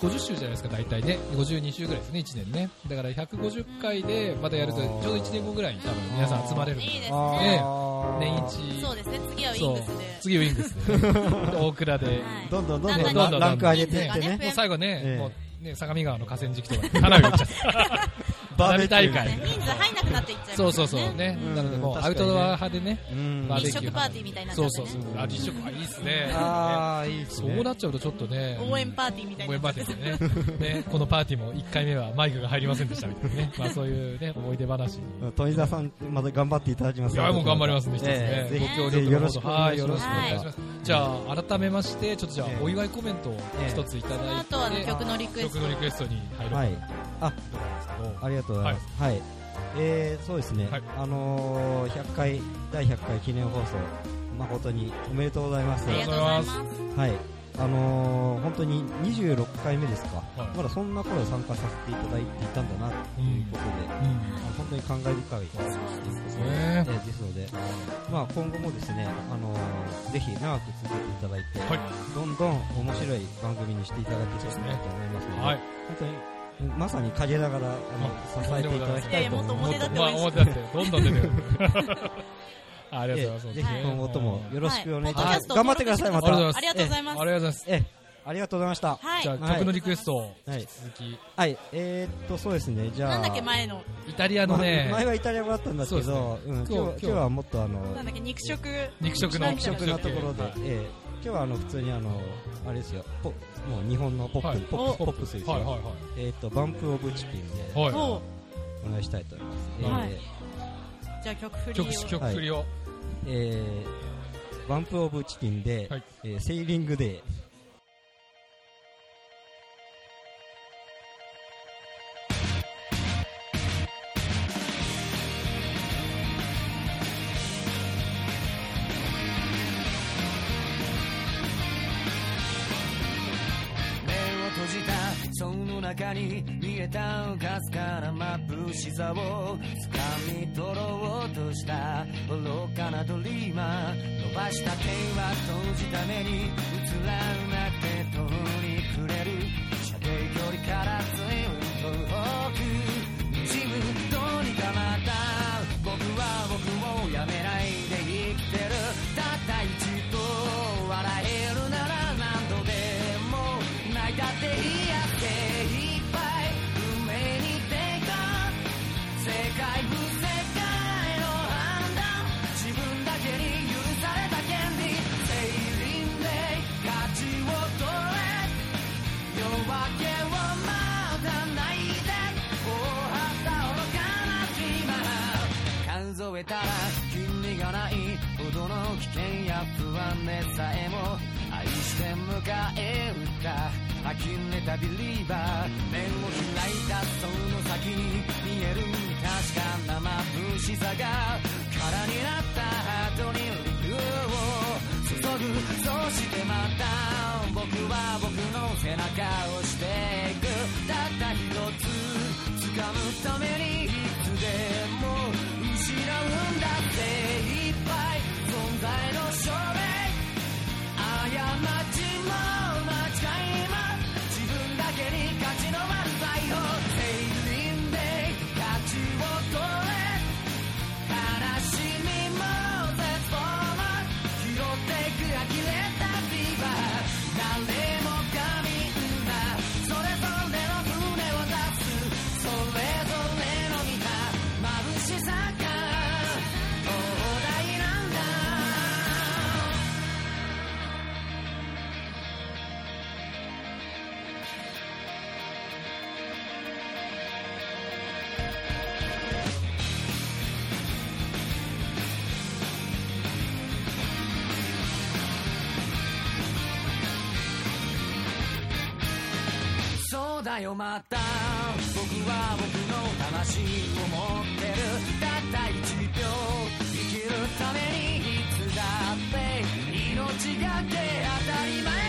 Speaker 2: 50週じゃないですか、大体ね、52週ぐらいですね、1年ね、だから150回でまたやると、
Speaker 6: あ
Speaker 2: ち
Speaker 6: ー
Speaker 2: ょうど1年後ぐらいに多分皆さん集まれるんで
Speaker 1: いいですね
Speaker 6: あー
Speaker 2: 年
Speaker 1: そう
Speaker 2: 一、
Speaker 1: ですね次はウィ
Speaker 2: そ
Speaker 1: ン
Speaker 2: う
Speaker 1: グスで
Speaker 2: 次ウィングスで、 で大倉で、
Speaker 1: はい
Speaker 6: どんどんど
Speaker 1: だんだ
Speaker 6: ん
Speaker 1: ん
Speaker 6: ど
Speaker 2: どんどん
Speaker 6: んランク上げていっ
Speaker 1: 人
Speaker 6: て
Speaker 1: 数が
Speaker 6: ね
Speaker 2: もう最後ね、
Speaker 6: ええ
Speaker 2: もうね、相模川の河川敷とかで花火打っちゃって、
Speaker 6: バーベキュー
Speaker 2: 花火大会
Speaker 1: ね人数入んなくなっていっちゃいます
Speaker 2: そ
Speaker 1: よ
Speaker 2: う
Speaker 1: ね
Speaker 2: そうそう、ね
Speaker 6: う、ん
Speaker 2: なのでもう
Speaker 6: 確
Speaker 2: アウ
Speaker 6: かに
Speaker 2: ト
Speaker 6: ね
Speaker 2: ドア派でね、
Speaker 6: うん
Speaker 2: バー
Speaker 1: 日
Speaker 2: ベキュー
Speaker 1: 食パーティーみたいになっちゃ
Speaker 2: そ
Speaker 1: っ
Speaker 2: う
Speaker 1: て
Speaker 2: そう
Speaker 1: ね
Speaker 2: そう、あ、立食、あ、いいっすね。
Speaker 6: ああいいです
Speaker 2: そ
Speaker 6: ね
Speaker 2: うなっちゃうとちょっとね、
Speaker 1: 応援パーティーみたい
Speaker 2: 応
Speaker 1: に
Speaker 2: 援パ
Speaker 1: な
Speaker 2: ー
Speaker 1: っち
Speaker 2: テ
Speaker 1: ゃ
Speaker 2: ィ
Speaker 1: って
Speaker 2: ーでねね、このパーティーも1回目はマイクが入りませんでしたみたいな ね、まあ、そういう、ね、思い出話に。
Speaker 6: 富澤さんまた頑張っていただきます
Speaker 2: いやもう頑張りますね、一つ
Speaker 6: え
Speaker 2: ね
Speaker 6: え、ぜひ
Speaker 2: ご協力
Speaker 6: ぜひよろしくお
Speaker 2: は
Speaker 6: 願
Speaker 2: い、
Speaker 6: いし
Speaker 2: よろ
Speaker 6: ま
Speaker 2: し
Speaker 6: す
Speaker 2: くお願いします。じゃあ、改めまして、ちょっとじゃあ
Speaker 6: え、え
Speaker 2: お祝いコメントを一ついただいて、
Speaker 1: その後はあの曲のリクエスト
Speaker 2: 曲のリクエストに入ろうか
Speaker 6: は
Speaker 2: ないと思うんですけど、
Speaker 6: ありがとうございますはいえー、そうですね、
Speaker 2: はい
Speaker 6: あのー、100回、第100回記念放送、誠におめでとうございます。
Speaker 1: ありがとうございます。
Speaker 6: はい、あのー、本当に26回目ですか、
Speaker 2: はい
Speaker 6: まだそんな頃参加させていただいていたんだなということで、
Speaker 2: うんうん
Speaker 6: あ本当に感慨深いです
Speaker 2: ね
Speaker 6: えーですので、まあ、今後もですね、あのーぜひ長く続けていただいて、
Speaker 2: はい
Speaker 6: どんどん面白い番組にしていただけたらなと思いますので、
Speaker 2: はい
Speaker 6: 本当にまさに陰ながらあの支えていただきたいと思い
Speaker 1: いやいやもっと表立っ。
Speaker 6: ます
Speaker 1: て
Speaker 2: まあ
Speaker 1: 応援
Speaker 2: 表立ってどんどん出 てくるありがとうございま
Speaker 6: え
Speaker 2: す
Speaker 6: えぜひ今後ともよろしくお願いし
Speaker 1: は
Speaker 6: ま
Speaker 1: い
Speaker 6: す。頑張ってください、また。
Speaker 1: ありがとうございます
Speaker 2: ありがとうございます
Speaker 6: ええありがとうございました。
Speaker 1: はい。
Speaker 2: じゃ
Speaker 1: は
Speaker 2: あ
Speaker 1: い
Speaker 2: 曲のリクエストを
Speaker 6: は
Speaker 2: 引き
Speaker 6: い
Speaker 2: 続き
Speaker 6: はい、えー、っと、そうですね、じゃあ。
Speaker 1: なんだっけ、前の。
Speaker 2: イタリアのね
Speaker 6: ま前はイタリア語だったんだけ
Speaker 2: そ
Speaker 6: ど、うん今日今日はもっとあの、
Speaker 1: なんだっけ、肉食。
Speaker 2: 肉食の
Speaker 1: 肉
Speaker 6: 独特なところで
Speaker 2: はい、
Speaker 6: ええ今日はあの普通にあの、あれですよ、ポもう日本のポップ、ポップポップスですよ。
Speaker 2: はいはい
Speaker 6: えっ、と、バンプオブチキンで
Speaker 2: はいは
Speaker 1: そ
Speaker 6: お願いしたいと思います。
Speaker 1: はい
Speaker 6: えー
Speaker 1: う。じゃあ曲振
Speaker 2: い
Speaker 1: りを。
Speaker 2: 曲曲振りを
Speaker 6: えーバンプオブチキンで、
Speaker 2: はい
Speaker 6: えーセーリングデー。
Speaker 5: 目を閉じたその中に見えたかすかな眩しさを掴み取ろうとした愚かなドリーマー伸ばした手は閉じた目に映らなくて途に暮れる射程距離からずいぶん遠くにじむどうにかまた僕は僕をやめないで生きてるたった一度笑えるなら何度でも泣いたっていいやっていっぱい運命に出た世界不世界の判断自分だけに許された権利セイリンで勝ちを取れ夜明けをまだないで大旗愚かな島数えたら君がないほどの危険や不安でさえも愛して迎え撃った呆れたビリーバー目を開いたその先に見える確かな眩しさが空になったハートに陸を注ぐそしてまた僕は僕の背中を押していくたった一つ掴むためにいつでも失うんだっていっぱい存在の証明過ちも間違いも自分だけに勝ちの漫才を全員で勝ちを取れ悲しみも絶望も拾っていく呆れたビーバー誰もがみんなそれぞれの胸を出すそれぞれのみんな眩しさが東大なんだそうだよまた僕は僕の魂を持ってるたった一秒生きるためにいつだって命がけ当たり前